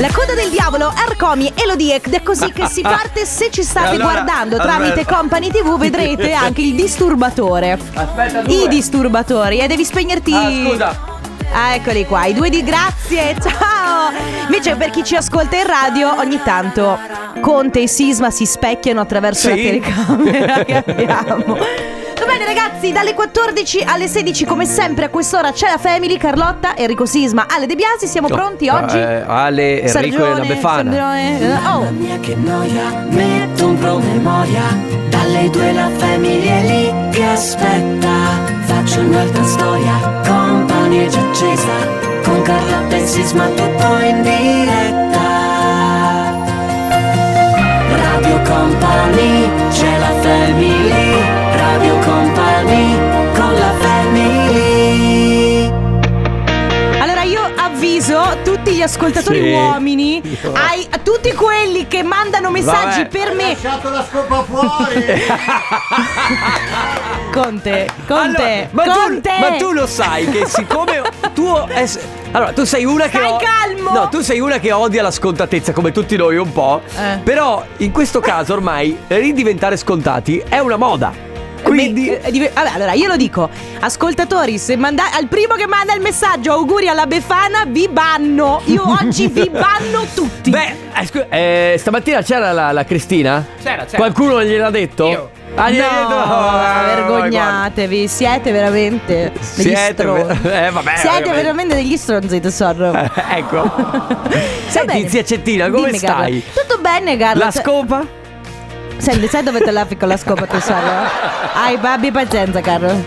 La coda del diavolo, Arcomi e Lodiek. Ed è così che si parte. Se ci state Allora, guardando tramite aspetta. Company TV, vedrete anche il disturbatore. Aspetta due. I disturbatori. E devi spegnerti. Ah, scusa. Ah, eccoli qua, i due di grazie, ciao! Invece per chi ci ascolta in radio, ogni tanto Conte e Sisma si specchiano attraverso Sì. la telecamera che abbiamo. Va bene ragazzi, dalle 14 alle 16 come sempre a quest'ora c'è la Family, Carlotta, Enrico Sisma, Ale De Biasi, siamo pronti oggi? Eh, Ale, Enrico e la Sergione, Befana. Sandrone, Mamma Oh, mia che noia, metto un promemoria Dalle due la famiglia è lì che aspetta Faccio un'altra storia, compagnia già accesa Con Carlotta e Sisma tutto in diretta Radio Company, c'è la family Radio Company, con la family Allora io avviso tutti gli ascoltatori Sì. uomini, ai- a tutti quelli che mandano messaggi Vabbè. per me. lasciato la scopa fuori! Conte, Allora, Conte, ma, Conte. Tu, ma tu lo sai che siccome tu es- allora tu sei una che Stai o- calmo! No, tu sei una che odia la scontatezza come tutti noi un po', Eh. però in questo caso ormai ridiventare scontati è una moda. Quindi Beh, eh, div- vabbè, allora io lo dico, ascoltatori, se manda- al primo che manda il messaggio auguri alla Befana, vi banno. Io oggi vi banno tutti. Beh, eh, scu- eh, stamattina c'era la, la Cristina? C'era, c'era. Qualcuno gliel'ha detto? Io. Ah, gliel'ha detto? Ah, No, guarda. vergognatevi, siete veramente degli Siete stronzi. ver- eh, vabbè, siete veramente. veramente degli stronzi, tesoro. Eh, ecco. Va Senti, bene. zia Cettina, come Dimmi, Carla. stai? Tutto bene, Carla. La Cioè- scopa? Senti, sai dove te la fico la scopa, tesoro? Hai, abbi pazienza, Carlo.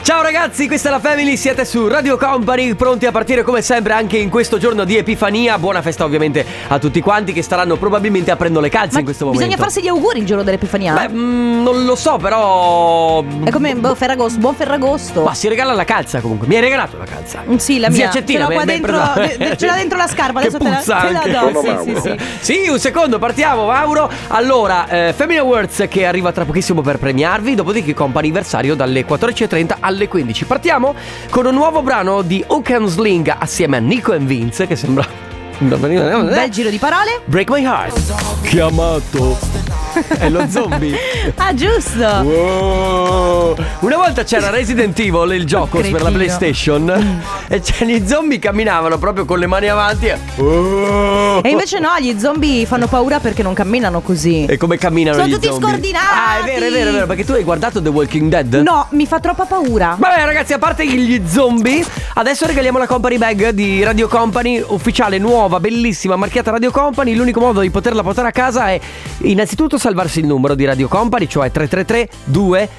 Ciao ragazzi, questa è la Family, siete su Radio Company, pronti a partire come sempre anche in questo giorno di Epifania. Buona festa ovviamente a tutti quanti che staranno probabilmente aprendo le calze Ma in questo momento. Bisogna farsi gli auguri il giorno dell'Epifania. Beh, mm, non lo so, però mm, È come boh, Ferragosto, buon Ferragosto. ma si regala la calza comunque. Mi hai regalato la calza. Mm, Sì, la mia. Zia Cettina, ce l'ho me- qua me- dentro, presa- de- ce l'ho dentro la scarpa, Che adesso te la, puzza te la anche. do. Sì, sì, sì. Sì, un secondo, partiamo Mauro. Allora, eh, Family Awards che arriva tra pochissimo per premiarvi, dopodiché compa anniversario dalle 14.30 alle 15. Partiamo con un nuovo brano di Oakham Sling assieme a Nico and Vince che sembra... eh. Un bel giro di parole. Break My Heart. Chiamato. È lo zombie. Ah, giusto. Wow. Una volta c'era Resident Evil, il gioco per Cretino. la Mm. PlayStation, e c'è- gli zombie camminavano proprio con le mani avanti. E, Oh! Wow. E invece no, gli zombie fanno paura perché non camminano così. E come camminano Sono gli tutti zombie? scordinati. Ah, è vero, è vero, è vero, perché tu hai guardato The Walking Dead? No, mi fa troppa paura. Vabbè ragazzi, a parte gli zombie, adesso regaliamo la company bag di Radio Company, ufficiale, nuova, bellissima, marchiata Radio Company. L'unico modo di poterla portare a casa è innanzitutto salvarsi il numero di Radio Company, cioè 333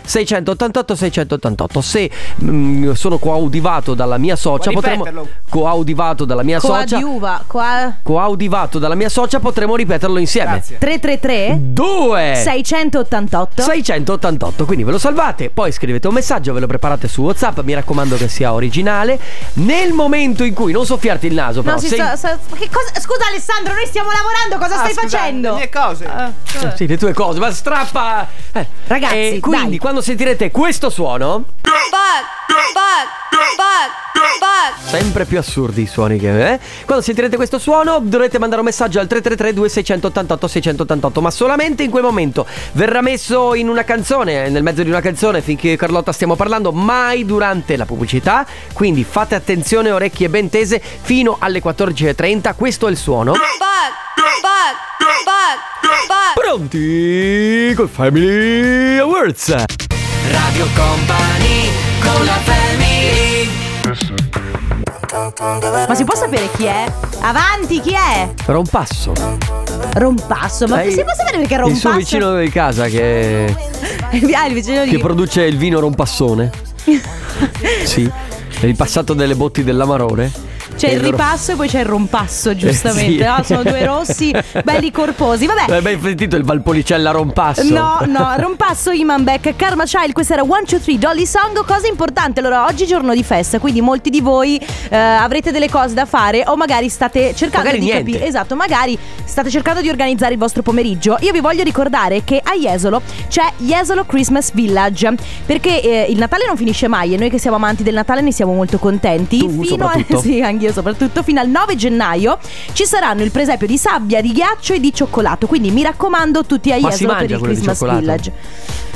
2688 688. Se mm, sono coadiuvato dalla mia socia, Puoi potremmo ripeterlo? coadiuvato dalla mia socia, Coadiuva, qua coadiuvato dalla mia socia, potremmo ripeterlo insieme. Grazie. 333 Due 688 688, quindi ve lo salvate, poi scrivete un messaggio, ve lo preparate su WhatsApp, mi raccomando che sia originale. Nel momento in cui non soffiarti il naso, però No, si se- sta- sta- che cosa- scusa Alessandro, noi stiamo lavorando, cosa Ah, stai facendo? Le cose. sì, le tue cose, ma strappa. eh. Ragazzi, e quindi dai. quando sentirete questo suono, sempre più assurdi i suoni che eh? Quando sentirete questo suono, dovrete mandare un messaggio al 333 2688 688, ma solamente in quel momento verrà messo in una canzone, eh, nel mezzo di una canzone finché Carlotta stiamo parlando, mai durante la pubblicità. Quindi fate attenzione, orecchie ben tese fino alle 14:30, questo è il suono. Pronti col Family Awards. Radio Company con la Family. Ma si può sapere chi è? Avanti, chi è? Era un passo. Rompasso, ma Sai, si può sapere perché Il Rompasso? suo vicino di casa che, ah, il vicino che di... produce il vino rompassone. sì. È il passato delle botti dell'amarone. C'è E il loro- ripasso e poi c'è il rompasso, giustamente. Eh, sì. no? Sono due rossi belli corposi. Vabbè. L'hai mai sentito il Valpolicella rompasso? No, no, rompasso, Iman Beck, Karma Child, questa era 1, 2, 3, Dolly Song, cosa importante, allora oggi è giorno di festa, quindi molti di voi eh, avrete delle cose da fare o magari state cercando Magari di niente. capire, esatto, magari state cercando di organizzare il vostro pomeriggio. Io vi voglio ricordare che a Jesolo c'è Jesolo Christmas Village, perché eh, il Natale non finisce mai e noi che siamo amanti del Natale ne siamo molto contenti, Tu, fino a... soprattutto. Sì, anche radio soprattutto, fino al 9 gennaio ci saranno il presepio di sabbia, di ghiaccio e di cioccolato. Quindi mi raccomando tutti a Ma si Jesolo Eh, per mangia il quello di Christmas cioccolato? Village.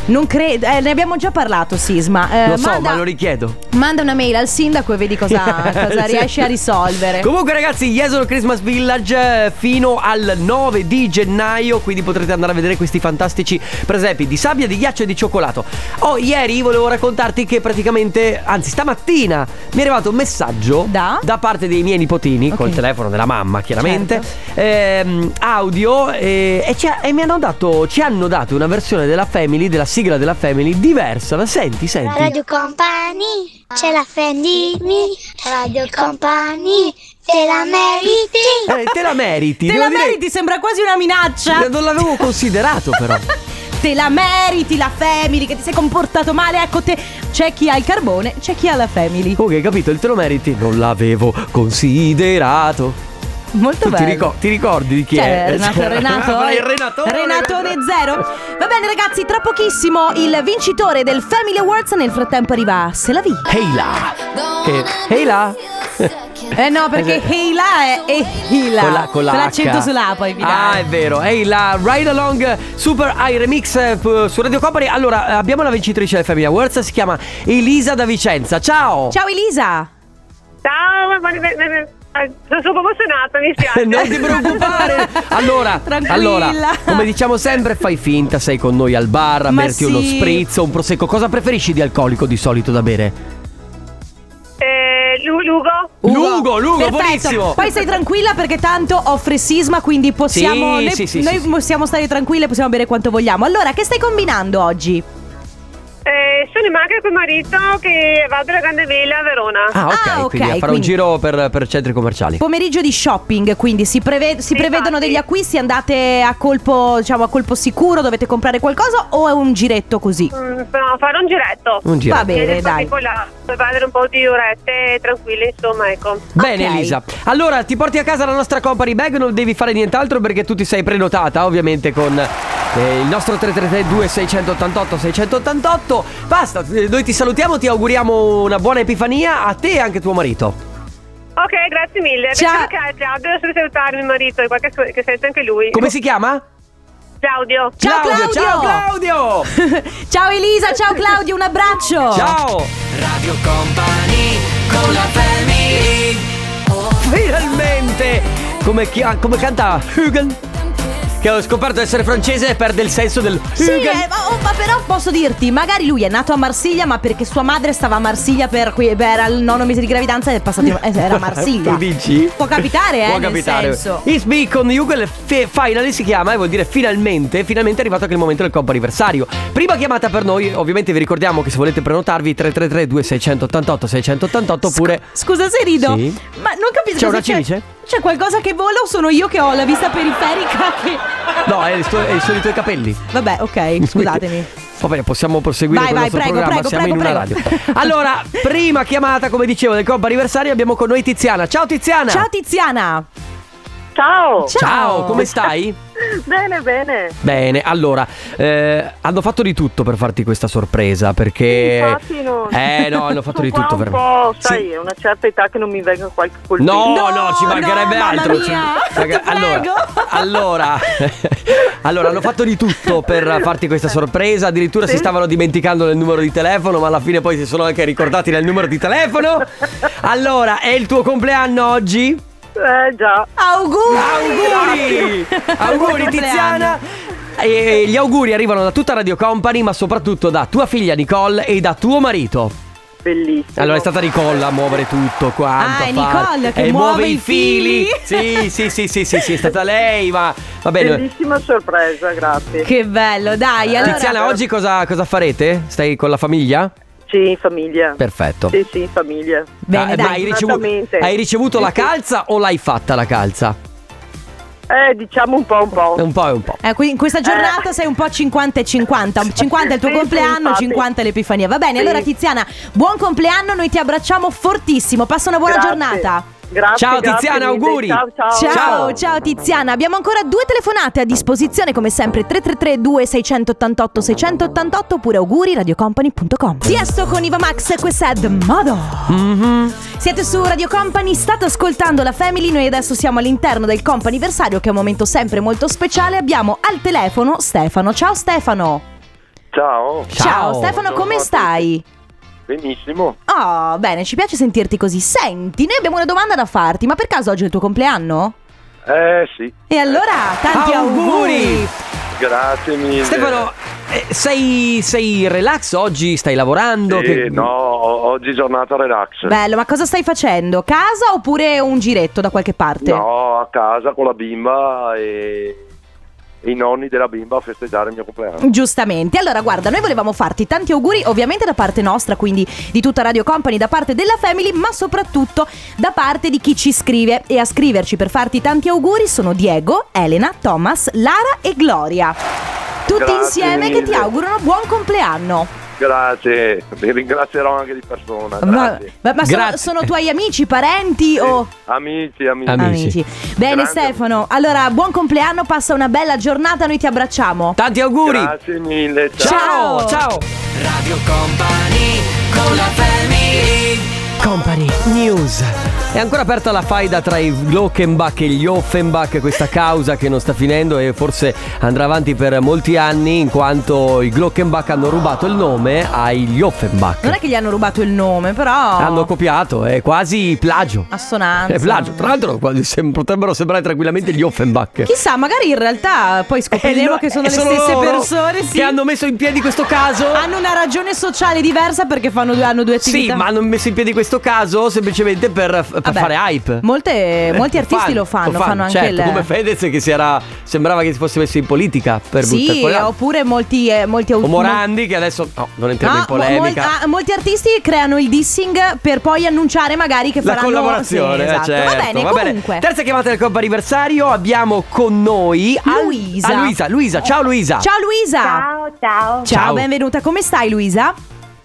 Non credo, eh, ne abbiamo già parlato Sisma. Eh, Lo so, manda, ma lo richiedo. manda una mail al sindaco e vedi cosa, cosa Sì. riesce a risolvere. Comunque, ragazzi, Jesolo Christmas Village eh, fino al 9 di gennaio. Quindi potrete andare a vedere questi fantastici presepi di sabbia, di ghiaccio e di cioccolato. Oh, ieri volevo raccontarti che praticamente, anzi, stamattina mi è arrivato un messaggio Da? parte dei miei nipotini Ok. Certo. col telefono della mamma, chiaramente. ehm, audio eh, e, ci ha- e mi hanno dato, ci hanno dato una versione della Family, della sigla della Family diversa. La senti, senti. Radio Company, ce la prendimi, Radio Company, te la meriti. Eh, te la meriti. Te devo la dire- meriti, sembra quasi una minaccia. Eh, Non l'avevo considerato però. Te la meriti la family che ti sei comportato male, ecco te. C'è chi ha il carbone, c'è chi ha la family. Comunque hai capito, il te lo meriti non l'avevo considerato. Molto Tu ti, bello. ricor- ti ricordi di chi Cioè, è? Renato, Cioè, Renato, eh, ma eh. il Renatone. Renatone zero. Va bene ragazzi, tra pochissimo il vincitore del Family Awards nel frattempo arriva Se la vi. Ehi là. Che- Ehi là. Eh no, perché Heila è e Hila. Con la, con la Con H. l'accento sulla A poi finale. Ah, è vero. Ehi là, Ride Along Super High Remix eh, p- su Radio Company. Allora, eh, abbiamo la vincitrice del Family Awards, si chiama Elisa da Vicenza. Ciao. Ciao Elisa. Ciao, ma- ma- ma- ma- eh, sono solo emozionata, mi spiace. Eh, Non ti preoccupare. Allora, Tranquilla. allora, come diciamo sempre, fai finta, sei con noi al bar, a Ma berti uno sì. spritz o un prosecco. Cosa preferisci di alcolico di solito da bere? Eh, Lu- Lugo? Lugo, Lugo, Perfetto. buonissimo. Poi sei tranquilla perché tanto offre sisma, quindi possiamo Sì, noi, sì, sì, noi sì, sì. possiamo stare tranquille, possiamo bere quanto vogliamo. Allora, che stai combinando oggi? Eh, sono in macchina con marito che vado alla Grande Vela a Verona. Ah, ok, Ah, ok, quindi farò un quindi- giro per, per centri commerciali. Pomeriggio di shopping, quindi si, preve- si Sì, prevedono infatti. degli acquisti, andate a colpo, diciamo, a colpo sicuro, dovete comprare qualcosa o è un giretto così? Mm, no, farò un giretto. Un giro. Va bene, Adesso dai. tipo là, per fare un po' di orette tranquille, insomma, ecco. Bene Ok. Elisa, allora ti porti a casa la nostra company bag, non devi fare nient'altro perché tu ti sei prenotata ovviamente con eh, il nostro 3332 688 688 Basta, eh, noi ti salutiamo, ti auguriamo una buona epifania a te e anche tuo marito Ok, grazie mille. Ciao. Perché Claudio, deve salutare mio marito, qualche su- che sente anche lui. Come si chiama? Claudio. Eh, Ciao, Claudio! Ciao Claudio! ciao Elisa, ciao Claudio, un abbraccio! Ciao! Radio Company con la family Finalmente! Come, chi- ah, come canta Hugel? Che ho scoperto essere francese e perde il senso del Sì, Hugel. eh, ma, oh, ma però posso dirti, magari lui è nato a Marsiglia, ma perché sua madre stava a Marsiglia per cui beh, era il nono mese di gravidanza e è passato eh, era a Marsiglia. Tu dici? Può capitare, eh, Può nel capitare. senso. It's Big con Hugel fe- Finally si chiama e vuol dire finalmente, finalmente è arrivato anche il momento del compo anniversario. Prima chiamata per noi, ovviamente vi ricordiamo che se volete prenotarvi 333 2688 688 oppure Sc- Scusa se rido, Sì. ma non capisco. C'è se una cimice? C'è qualcosa che vola o sono io che ho la vista periferica? Che... No, è, il tuo- è solo i tuoi capelli. Vabbè, ok, scusatemi. Va bene, possiamo proseguire Vai, con vai, il nostro prego, programma. prego, Siamo prego, in una prego. radio. Allora, prima chiamata, come dicevo, del compo anniversario abbiamo con noi Tiziana. Ciao Tiziana! Ciao Tiziana. Ciao. Ciao. Ciao, come stai? Bene, bene. Bene, allora, eh, hanno fatto di tutto per farti questa sorpresa perché... Infatti non- Eh no, hanno fatto Sono di qua tutto un per po', Sì. sai, una certa età che non mi venga qualche colpito. No, no, No, ci mancherebbe no, mamma altro. mia, Ci- ti prego. allora, allora, allora, hanno fatto di tutto per farti questa sorpresa. Addirittura si stavano dimenticando del numero di telefono, ma alla fine poi si sono anche ricordati del numero di telefono. Allora, è il tuo compleanno oggi? Eh già. Auguri. Auguri! Buon auguri compleanno. Tiziana! E gli auguri arrivano da tutta Radio Company, ma soprattutto da tua figlia Nicole e da tuo marito. Bellissimo. Allora è stata Nicola a muovere tutto quanto. Ah, è a fare. Nicola che Eh, muove muove i i fili. fili. sì, sì, sì, sì, sì, sì, è stata lei, ma va bene. Bellissima sorpresa, grazie. Che bello, dai. Allora, Tiziana, oggi cosa, cosa farete? Stai con la famiglia? Sì, in famiglia. Perfetto. Sì, sì, in famiglia. Bene, Ah, dai. ma hai ricevuto, Esattamente. hai ricevuto Sì, la sì. calza o l'hai fatta la calza? Eh, diciamo un po', un po'. Un po' e un po'. Eh, qui- in questa giornata sei un po' 50 e 50. 50 è il tuo Sì, sì, compleanno, infatti. 50 è l'epifania. Va bene, Sì. allora Tiziana, buon compleanno, noi ti abbracciamo fortissimo. Passa una buona Grazie. giornata. Grazie. Ciao, grazie Tiziana, mille. auguri. Ciao, ciao. Ciao, ciao, Ciao. Tiziana. Abbiamo ancora due telefonate a disposizione, come sempre 333-2688-688 oppure auguri radiocompany.com. Tiesto con Iva Max, questa è The Modo. Mhm. Siete su Radio Company, state ascoltando la Family, noi adesso siamo all'interno del companiversario che è un momento sempre molto speciale. Abbiamo al telefono Stefano. Ciao Stefano. Ciao, Ciao. Stefano, come Buongiorno a stai? benissimo. Oh, bene, ci piace sentirti così. Senti, noi abbiamo una domanda da farti, ma per caso oggi è il tuo compleanno? Eh sì, E allora, tanti Auguri! grazie mille. Stefano, eh, sei, sei relax oggi? Stai lavorando? Sì, Che- no, o- oggi giornata relax. Bello, ma cosa stai facendo? Casa oppure un giretto da qualche parte? No, a casa con la bimba e i nonni della bimba a festeggiare il mio compleanno. Mm. Giustamente, allora guarda, noi volevamo farti tanti auguri ovviamente da parte nostra, quindi di tutta Radio Company, da parte della Family, ma soprattutto da parte di chi ci scrive. E a scriverci per farti tanti auguri sono Diego, Elena, Thomas, Lara e Gloria. Tutti Grazie insieme che ti mille. augurano buon compleanno. Grazie, vi ringrazierò anche di persona. Ma, Grazie. ma- ma sono, Grazie. sono tuoi amici, parenti o... Sì, Amici, amici. Ami- Amici. Amici. Bene Grande. Stefano, allora buon compleanno, passa una bella giornata, noi ti abbracciamo. Tanti auguri! Grazie mille, Ciao. Ciao! ciao. Ciao! Radio Company con la Company News. È ancora aperta la faida tra i Glockenbach e gli Offenbach, questa causa che non sta finendo e forse andrà avanti per molti anni in quanto i Glockenbach hanno rubato il nome agli Offenbach. Non è che gli hanno rubato il nome, però... Hanno copiato, è quasi plagio. assonanza. È plagio, tra l'altro quasi sem- potrebbero sembrare tranquillamente gli Offenbach. Chissà, magari in realtà poi Eh, scopriremo no, che sono eh, le stesse loro persone. Sì. che hanno messo in piedi questo caso. Hanno una ragione sociale diversa perché fanno due, hanno due Sì, attività. ma hanno messo in piedi questo caso semplicemente per, per Vabbè, fare hype. Eh, molte- molti artisti lo fanno, fanno anche certo, il- come Fedez che si era sembrava che si fosse messo in politica per buttare Sì, fuori l'altro. oppure molti, eh, molti o autori. Morandi che adesso no, non entriamo in polemica. molti artisti creano il dissing per poi annunciare magari che la faranno collaborazione, Sì, eh, esatto. certo, va bene, comunque. Terza chiamata del Coppa Anniversario, abbiamo con noi Al- Luisa. Eh, ah, Luisa, Luisa, ciao Luisa. Ciao Luisa. Ciao, ciao. Ciao, Ciao. benvenuta. Come stai Luisa?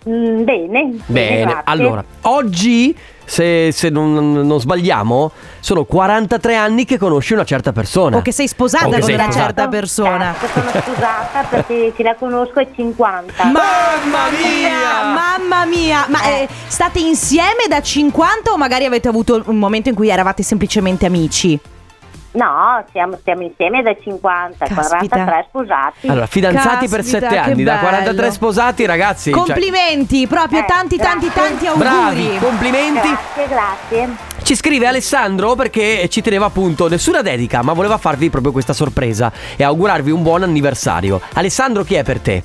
Mm, bene. Bene, grazie. Esatto. allora, oggi se, se non, non sbagliamo, sono 43 anni che conosci una certa persona. O che sei sposata O che con sei una sposata. certa persona. Cazzo, sono scusata perché ce la conosco ai 50. Mamma mia! Mamma mia! Ma eh, state insieme da 50 o magari avete avuto un momento in cui eravate semplicemente amici? No, siamo, stiamo insieme da 50, Caspita. 43 sposati. Allora, fidanzati Caspita, per 7 che anni, da bello. 43 sposati, ragazzi. cioè, complimenti, proprio Eh, tanti, tanti, grazie. tanti auguri. bravi, complimenti. Grazie, grazie. Ci scrive Alessandro perché ci teneva appunto nessuna dedica, ma voleva farvi proprio questa sorpresa e augurarvi un buon anniversario. Alessandro, chi è per te?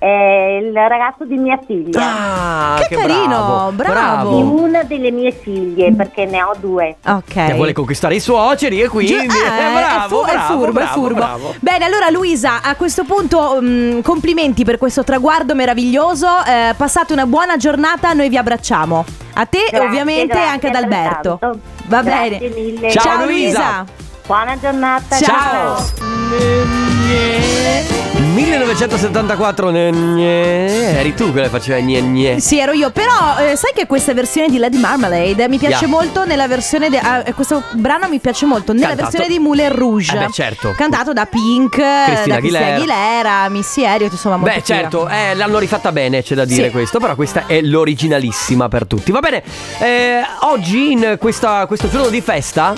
È il ragazzo di mia figlia. Ah, Che carino, bravo. bravo. Di una delle mie figlie, perché ne ho due. Che Ok. vuole conquistare i suoceri e quindi Giu- ah, eh, bravo, fu- è bravo, furbo, bravo, è furbo. bravo. Bene, allora Luisa, a questo punto mm, complimenti per questo traguardo meraviglioso. Eh, passate una buona giornata, noi vi abbracciamo. A te e Grazie, ovviamente grazie, anche ad Alberto. altrettanto. Va Grazie bene. mille. Ciao, Luisa. Buona giornata. Ciao. 1974 gne, gne. eri tu quella che faceva gne gne. Sì, ero io. Però eh, sai che questa versione di Lady Marmalade eh, mi piace Yeah. molto nella versione. de- ah, eh, questo brano mi piace molto nella Cantato. versione di Moulin Rouge. Eh beh, certo. Cantato da Pink, Cristina da Cristina Aguilera. Aguilera, Missy Elliott, insomma, molto Beh figa. certo, eh, l'hanno rifatta bene, c'è da dire Sì. questo, però questa è l'originalissima per tutti. Va bene, eh, oggi in questa- questo giorno di festa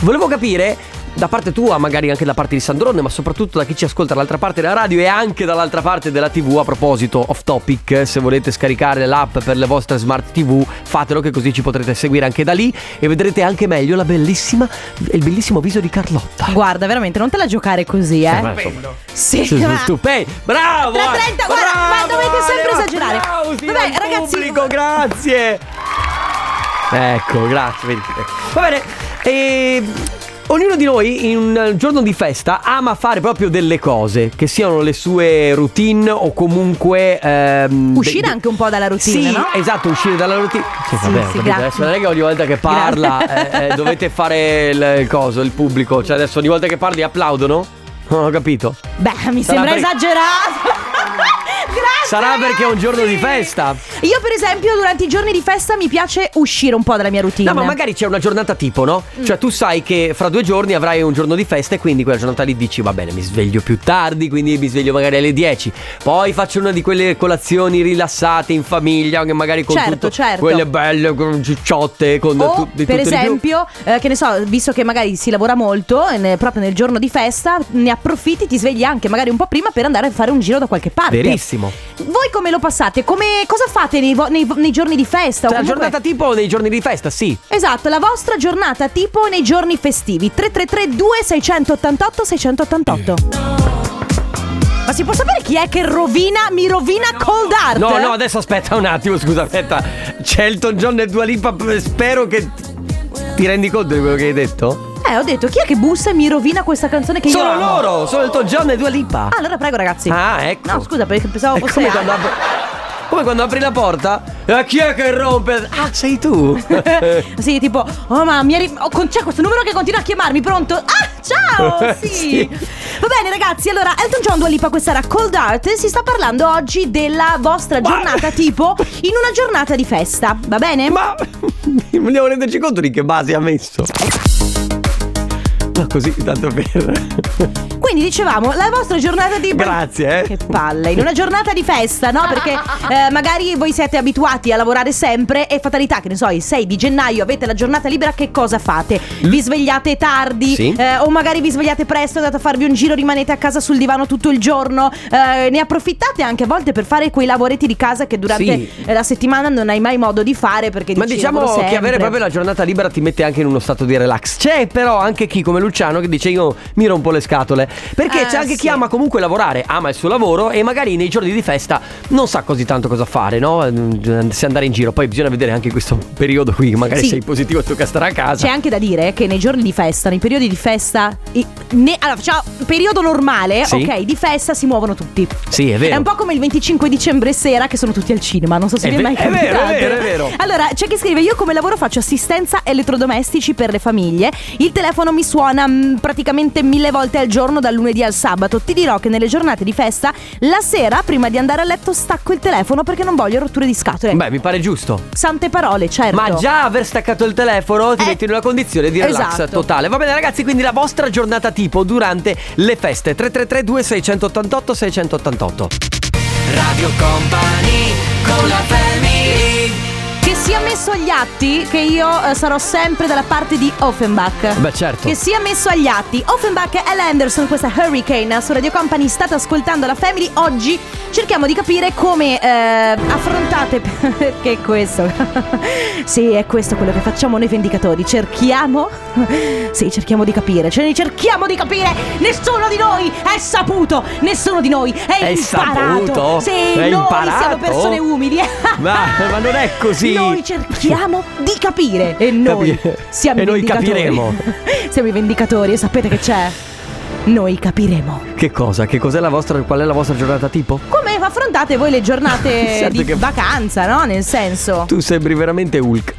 volevo capire da parte tua, magari anche da parte di Sandrone, ma soprattutto da chi ci ascolta dall'altra parte della radio e anche dall'altra parte della TV, a proposito, off topic, eh, se volete scaricare l'app per le vostre smart TV, fatelo che così ci potrete seguire anche da lì e vedrete anche meglio la bellissima, il bellissimo viso di Carlotta. Guarda, veramente, non te la giocare così, eh. Insomma, Sì, Sì, ma- Stupendo, bravo! 3.30, guarda, ma dovete sempre esagerare. Vabbè, Vabbè, ragazzi- ragazzi, pubblico, grazie. Ecco, grazie. vedi. Va bene. E ognuno di noi in un giorno di festa ama fare proprio delle cose, che siano le sue routine o comunque ehm, Uscire de- de- anche un po' dalla routine, sì, no? esatto, uscire dalla routine. Sì, Sì, vabbè, ho sì, capito. grazie. adesso non è che ogni volta che parla Grazie. eh, eh, dovete fare il, il coso, il pubblico, cioè adesso ogni volta che parli applaudono? Non ho capito. Beh, mi Sarà sembra per- esagerato. Grazie Sarà perché è un giorno di ragazzi! festa. Io per esempio durante i giorni di festa mi piace uscire un po' dalla mia routine No, ma magari c'è una giornata tipo, no? Mm. Cioè, tu sai che fra due giorni avrai un giorno di festa e quindi quella giornata lì dici, va bene, mi sveglio più tardi, quindi mi sveglio magari alle 10. Poi faccio una di quelle colazioni rilassate in famiglia, che magari con Certo, tutto, certo. quelle belle con cicciotte, con o, tu- di per tutto di più. esempio, eh, che ne so, visto che magari si lavora molto, e ne- proprio nel giorno di festa, ne approfitti, ti svegli anche magari un po' prima per andare a fare un giro da qualche parte. Ah, Eh, Verissimo. Cioè, Voi come lo passate? Come, cosa fate nei, vo- nei- nei giorni di festa? O Cioè, la comunque- giornata tipo nei giorni di festa, sì. Esatto, la vostra giornata tipo nei giorni festivi 333 2688 688 Ma si può sapere chi è che rovina, mi rovina Cold Art? No, no, adesso aspetta un attimo, scusa, aspetta. C'è Elton John e Dua Lipa, p- spero che ti rendi conto di quello che hai detto. Eh, ho detto, chi è che bussa e mi rovina questa canzone che io Sono amo? loro, sono Elton John e Dua Lipa. Ah, allora prego ragazzi Ah, ecco. No, scusa, perché pensavo È fosse come quando, Anna. apri, come quando apri la porta. E chi è che rompe? Ah, sei tu. sì, tipo, oh ma mi arri- oh, con- c'è questo numero che continua a chiamarmi, pronto? Ah, ciao! Sì. Sì. Va bene ragazzi, allora Elton John Dua Lipa, questa era Cold Art, si sta parlando oggi della vostra giornata tipo in una giornata di festa, va bene? Ma vogliamo renderci conto di che base ha messo. No, così, tanto per. Quindi dicevamo, la vostra giornata tipo... Grazie, eh. Che palle, in una giornata di festa, no? Perché eh, magari voi siete abituati a lavorare sempre e fatalità, che ne so, il 6 di gennaio avete la giornata libera, che cosa fate? Vi svegliate tardi Sì. eh, o magari vi svegliate presto, andate a farvi un giro, rimanete a casa sul divano tutto il giorno, eh, ne approfittate anche a volte per fare quei lavoretti di casa che durante Sì. eh, la settimana non hai mai modo di fare perché Ma dici, diciamo "Lavoro che avere sempre". proprio la giornata libera ti mette anche in uno stato di relax. C'è però anche chi come Luciano che dice io mi rompo le scatole. Perché Eh, c'è anche sì. chi ama comunque lavorare, ama il suo lavoro e magari nei giorni di festa non sa così tanto cosa fare, no? Ehm, Se andare in giro. Poi bisogna vedere anche questo periodo qui, magari Sì. Cioè, sei positivo e tocca stare a casa. C'è anche da dire che nei giorni di festa, nei periodi di festa, i- ne- allora facciamo periodo normale, Sì. ok, di festa si muovono tutti. Sì, è vero. È un po' come il 25 dicembre sera che sono tutti al cinema, non so se È vi è ve- mai è vero, è capitato. vero, è vero. Allora, c'è chi scrive, io come lavoro faccio assistenza elettrodomestici per le famiglie, il telefono mi suona mh, praticamente mille volte al giorno dal lunedì al sabato, ti dirò che nelle giornate di festa, la sera prima di andare a letto stacco il telefono perché non voglio rotture di scatole. Beh, mi pare giusto. Sante parole, certo. Ma già aver staccato il telefono ti Eh, metti in una condizione di relax esatto. totale. Va bene ragazzi, quindi la vostra giornata tipo durante le feste 333 2688 688. Radio Company con la Che sia messo agli atti che io eh, sarò sempre dalla parte di Offenbach. Beh, certo. Che sia messo agli atti. Offenbach e Anderson, questa è Hurricane su Radio Company, state ascoltando la Family. Oggi cerchiamo di capire come eh, affrontate. Perché è questo? sì, è questo quello che facciamo noi vendicatori. Cerchiamo. sì, cerchiamo di capire. Cioè, cerchiamo di capire. Nessuno di noi è saputo. Nessuno di noi è, È imparato. saputo? Sì, È noi siamo imparato? persone umili. Ma- ma non è così. Noi cerchiamo di capire. E noi Capire. siamo E i noi vendicatori. capiremo. siamo i vendicatori e sapete che c'è? Noi capiremo. Che cosa? Che cos'è la vostra qual è la vostra giornata tipo? Come affrontate voi le giornate Certo di che- vacanza, no? Nel senso. Tu sembri veramente Hulk.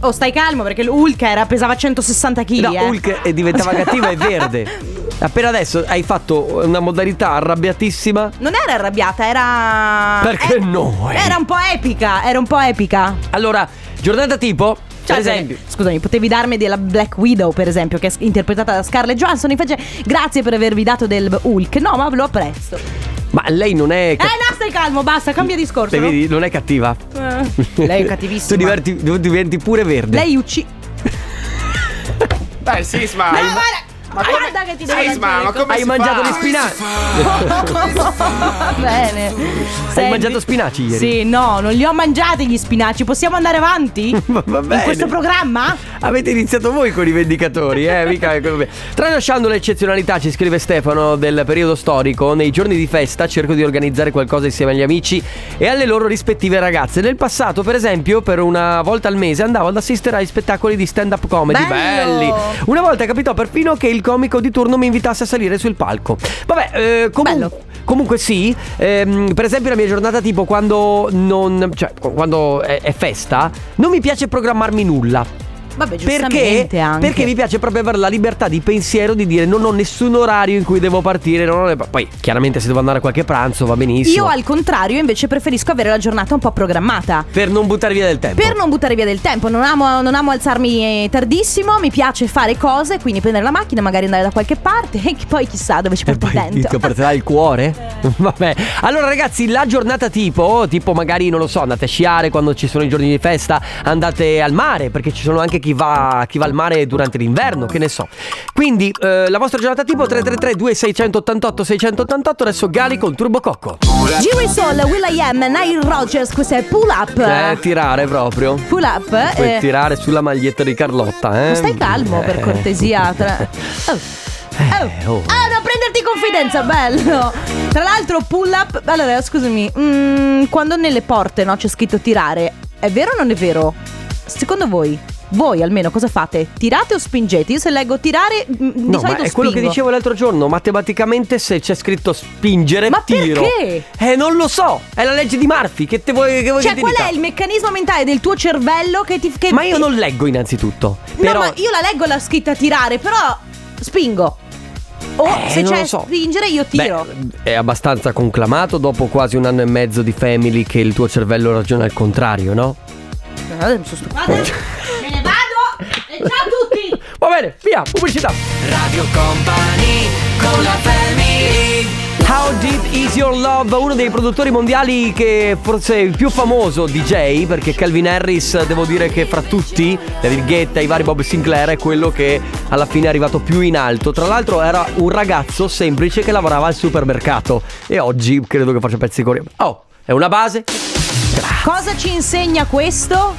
Oh, stai calmo perché Hulk era, pesava 160 kg. No, Hulk eh, diventava cattiva e verde. Appena adesso hai fatto una modalità arrabbiatissima. Non era arrabbiata, era. Perché eh, no, eh? Era un po' epica, era un po' epica. Allora, giornata tipo, Cioè, per esempio, se- Scusami, potevi darmi della Black Widow, per esempio, che è s- interpretata da Scarlett Johansson. Invece, grazie per avervi dato del Hulk. No, ma lo apprezzo. ma lei non è Eh, no, stai calmo, basta, cambia discorso. Te no? Cioè, vedi, non è cattiva. Eh, Lei è cattivissima. Tu diverti- tu diventi pure verde. Lei uccide. Beh, Sisma, Ah, Ma hai, guarda, guarda che ti devo Sisma, ma lanciare come Hai si mangiato fa? gli spinaci. il co- Va Bene. Senti- mangiato spinaci ieri? Sì, no, non li ho mangiati gli spinaci. Possiamo andare avanti? Ma va In bene. questo programma? Avete iniziato voi con i vendicatori, eh? Mica... Tralasciando l'eccezionalità, ci scrive Stefano, del periodo storico, nei giorni di festa cerco di organizzare qualcosa insieme agli amici e alle loro rispettive ragazze. Nel passato, per esempio, per una volta al mese andavo ad assistere ai spettacoli di stand-up comedy. Bello! Belli! Una volta capitò perfino che il comico di turno mi invitasse a salire sul palco. Vabbè, eh, comu- Bello. Comunque sì, ehm, per esempio la mia giornata tipo quando non, cioè, quando è, è festa, non mi piace programmarmi nulla. Vabbè, Perché, giustamente anche. perché mi piace proprio avere la libertà di pensiero di dire non ho nessun orario in cui devo partire. non ho le- Poi, chiaramente, se devo andare a qualche pranzo va benissimo. Io al contrario invece preferisco avere la giornata un po' programmata. Per non buttare via del tempo. Per non buttare via del tempo, non amo, non amo alzarmi eh, tardissimo, mi piace fare cose, quindi prendere la macchina, magari andare da qualche parte e poi chissà dove ci E porti poi ti, ti dentro. partirà il cuore? Eh. Vabbè. Allora, ragazzi, la giornata tipo, tipo magari, non lo so, andate a sciare quando ci sono i giorni di festa, andate al mare, perché ci sono anche chi va, chi va al mare durante l'inverno, che ne so. Quindi, eh, la vostra giornata tipo 333-2688-688, adesso Gali con Turbo Cocco. Giri Soul, Will I Am, Nile Rogers, questo è Pull Up. Eh, tirare proprio. pull Up. Puoi eh, tirare sulla maglietta di Carlotta, eh. Stai calmo per Eh. cortesia. Tra- Oh. Eh, Oh. oh. Ah, non prenderti confidenza, bello. Tra l'altro, pull up. Allora, scusami, mm, quando nelle porte no, c'è scritto tirare, è vero o non è vero? Secondo voi? Voi almeno cosa fate? Tirate o spingete? Io se leggo tirare, mm, di No, ma solito è quello che spingo. dicevo l'altro giorno. Matematicamente, se c'è scritto spingere, Ma tiro. perché? Eh, non lo so. È la legge di Murphy. Che te vuoi che vuoi Cioè, che ti qual dica? è il meccanismo mentale del tuo cervello che ti. Che Ma io non leggo, innanzitutto. No, Però. ma io la leggo la scritta tirare, però spingo. O Eh, se non c'è lo so. spingere, io Beh, tiro. è abbastanza conclamato dopo quasi un anno e mezzo di Family che il tuo cervello ragiona al contrario, no? Eh, mi sono stufata. Me ne vado. E ciao a tutti. Va bene, via, pubblicità. Radio Company con la Family. How Deep Is Your Love, uno dei produttori mondiali che forse è il più famoso DJ, perché Calvin Harris, devo dire che fra tutti, David Guetta, i vari Bob Sinclair, è quello che alla fine è arrivato più in alto. Tra l'altro era un ragazzo semplice che lavorava al supermercato e oggi credo che faccia pezzi con... Oh, è una base. Cosa ci insegna questo?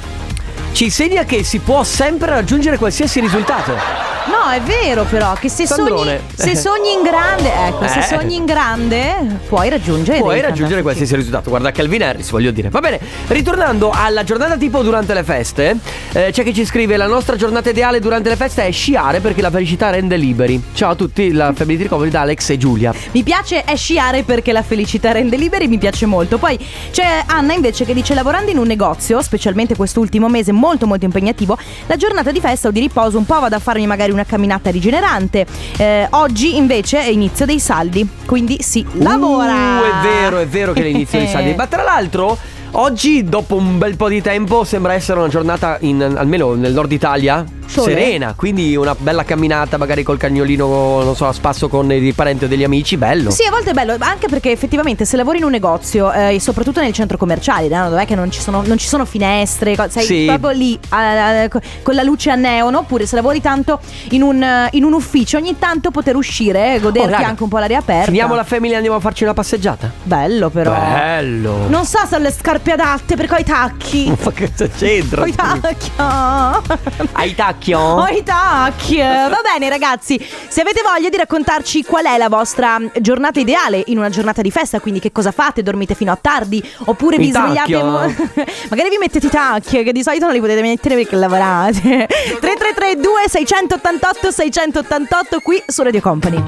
Ci insegna che si può sempre raggiungere qualsiasi risultato. No, è vero però che se, sogni, Sandrone. se sogni in grande, ecco, se Eh. sogni in grande puoi raggiungere Puoi dei raggiungere fantastici- qualsiasi risultato. Guarda Calvin Harris, voglio dire. Va bene, ritornando alla giornata tipo durante le feste, eh, c'è chi ci scrive: La nostra giornata ideale durante le feste è sciare perché la felicità rende liberi. Ciao a tutti, la Family Recovery da Alex e Giulia. Mi piace è sciare perché la felicità rende liberi, mi piace molto. Poi c'è Anna invece che dice lavorando in un negozio, specialmente quest'ultimo mese molto molto impegnativo, la giornata di festa o di riposo un po' vado a farmi magari una camminata rigenerante. Eh, oggi invece è inizio dei saldi, quindi si lavora. Uh, è vero, è vero che è l'inizio di saldi. Ma tra l'altro, oggi, dopo un bel po' di tempo, sembra essere una giornata, in, almeno nel nord Italia, Sole. serena. Quindi una bella camminata, magari col cagnolino, non so, a spasso con i parenti o degli amici, bello. Sì, a volte è bello, ma anche perché effettivamente se lavori in un negozio, eh, e soprattutto nel centro commerciale, no, dov'è che non ci sono, non ci sono finestre, co- sei Sì. proprio lì a- a- co- con la luce a neon, oppure se lavori tanto in un, eh, in un ufficio, ogni tanto poter uscire, Oh, goderti raga, anche un po' l'aria aperta. Finiamo la family e andiamo a farci una passeggiata. Bello però. Bello. Non so se ho le scarpe adatte perché ho i tacchi. Ma cosa c'entra? Ho i tacchi. oh. Hai tacchio? Oh, i tac! Va bene, ragazzi. Se avete voglia di raccontarci qual è la vostra giornata ideale in una giornata di festa, quindi che cosa fate? Dormite fino a tardi? Oppure Mi vi svegliate? tacchio. Magari vi mettete i tacchi, che di solito non li potete mettere perché lavorate. 3332 688 688 qui su Radio Company.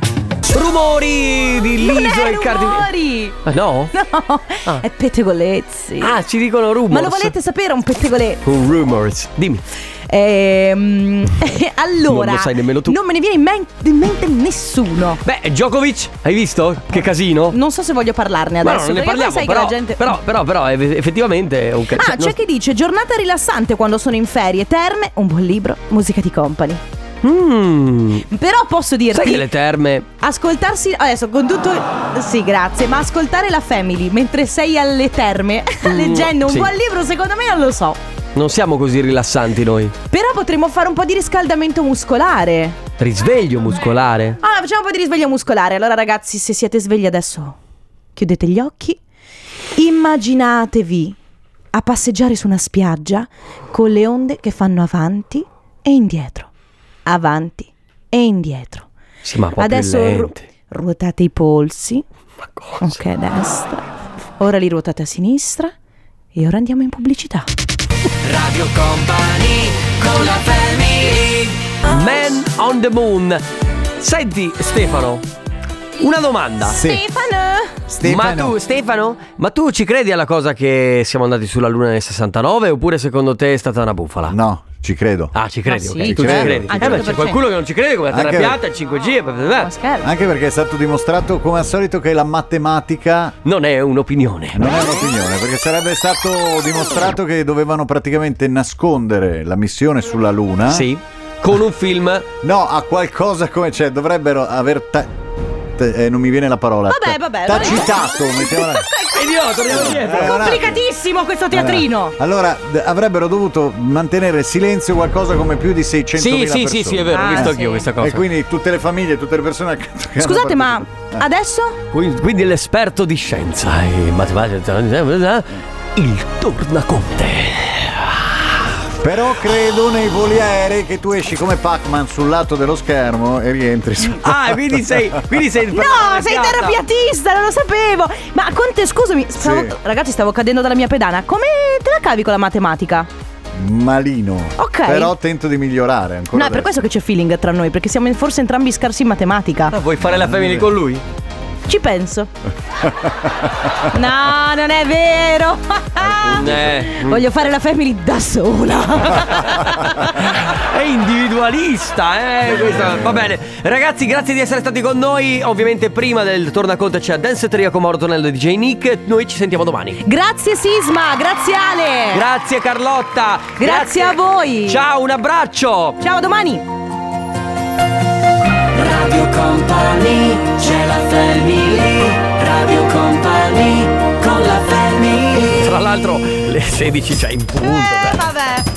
Rumori di Non Liso è e Cardinale. rumori! Ah, no? No, Ah. è pettegolezzi. Ah, ci dicono rumors. Ma lo volete sapere un pettegolezzo? Un rumors. Dimmi. Ehm, allora, Non lo sai nemmeno tu. non me ne viene in, men- in mente nessuno. Beh, Djokovic, hai visto? Che casino. Non so se voglio parlarne Ma Ah. adesso. no, non ne perché poi parliamo. sai Però, che la gente. però, però, però, eff- effettivamente è un ca- Ah, c'è cioè, chi dice giornata rilassante quando sono in ferie, terme, un buon libro, musica di company. non- Mm. Però posso dirti Sai che le terme. ascoltarsi adesso con tutto Sì, grazie, ma ascoltare la family mentre sei alle terme leggendo un Mm, sì. buon libro secondo me non lo so. Non siamo così rilassanti noi. Però potremmo fare un po' di riscaldamento muscolare. Risveglio muscolare. Allora, Ah, facciamo un po' di risveglio muscolare. Allora, ragazzi, se siete svegli adesso, chiudete gli occhi. Immaginatevi a passeggiare su una spiaggia con le onde che fanno avanti e indietro. Avanti e indietro. Sì, ma un po' adesso più ru- lenti. ruotate i polsi. Ma cosa? Ok, a destra. Ora li ruotate a sinistra. E ora andiamo in pubblicità. Man on the Moon. Senti Stefano, Una domanda. Sì. Stefano. Stefano. Ma tu, Stefano, ma tu ci credi alla cosa che siamo andati sulla Luna nel 69 oppure secondo te è stata una bufala? No, ci credo. Ah, ci credi, Ma ok. sì. Tu Ci ci credo. credi. Al Eh, ma c'è 100%. qualcuno che non ci crede, come la Terra Anche- piatta, il 5G. bla, bla, Ma bla. scherzo. Anche perché è stato dimostrato, come al solito, che la matematica Non è un'opinione. non è un'opinione, perché sarebbe stato dimostrato che dovevano praticamente nascondere la missione sulla Luna. Sì. Con un film. No, a qualcosa come c'è, dovrebbero aver. ta- te- eh, non mi viene la parola. Vabbè, vabbè. T'ha vabbè. citato, mettiamola. Idiota, andiamo dietro. Eh, un attimo. Complicatissimo questo teatrino. Allora, d- avrebbero dovuto mantenere silenzio qualcosa come più di 600.000 Sì, sì, persone. sì, sì, è vero, ho Ah, visto sì. anch'io questa cosa. E quindi tutte le famiglie, tutte le persone accanto che hanno Scusate, ma partecipato- Eh. adesso? Quindi, quindi l'esperto di scienza e matematica, il tornaconte. Però credo nei voli aerei che tu esci come Pac-Man sul lato dello schermo e rientri su. Ah, quindi sei, quindi sei il No, sei terapiatista, non lo sapevo. Ma Conte, scusami, stavo- Sì. ragazzi, stavo cadendo dalla mia pedana. Come te la cavi con la matematica? Malino. Ok. Però tento di migliorare ancora. no, è per questo adesso. che c'è feeling tra noi, perché siamo forse entrambi scarsi in matematica. Ah, Vuoi fare la family con lui? Ci penso. no, non è vero. Eh. Voglio fare la family da sola. È individualista, eh? questo- Va bene. Ragazzi, grazie di essere stati con noi. Ovviamente, prima del tornaconte c'è Dance Trio con Mauro Tonello e DJ Nick. Noi ci sentiamo domani. grazie Sisma, grazie Ale. Grazie, Carlotta. Grazie a voi. Ciao, un abbraccio. Ciao, a domani. Radio Company, c'è la family, Radio Company, con la family. Eh, Tra l'altro, le 16 c'è in punto. dai. vabbè.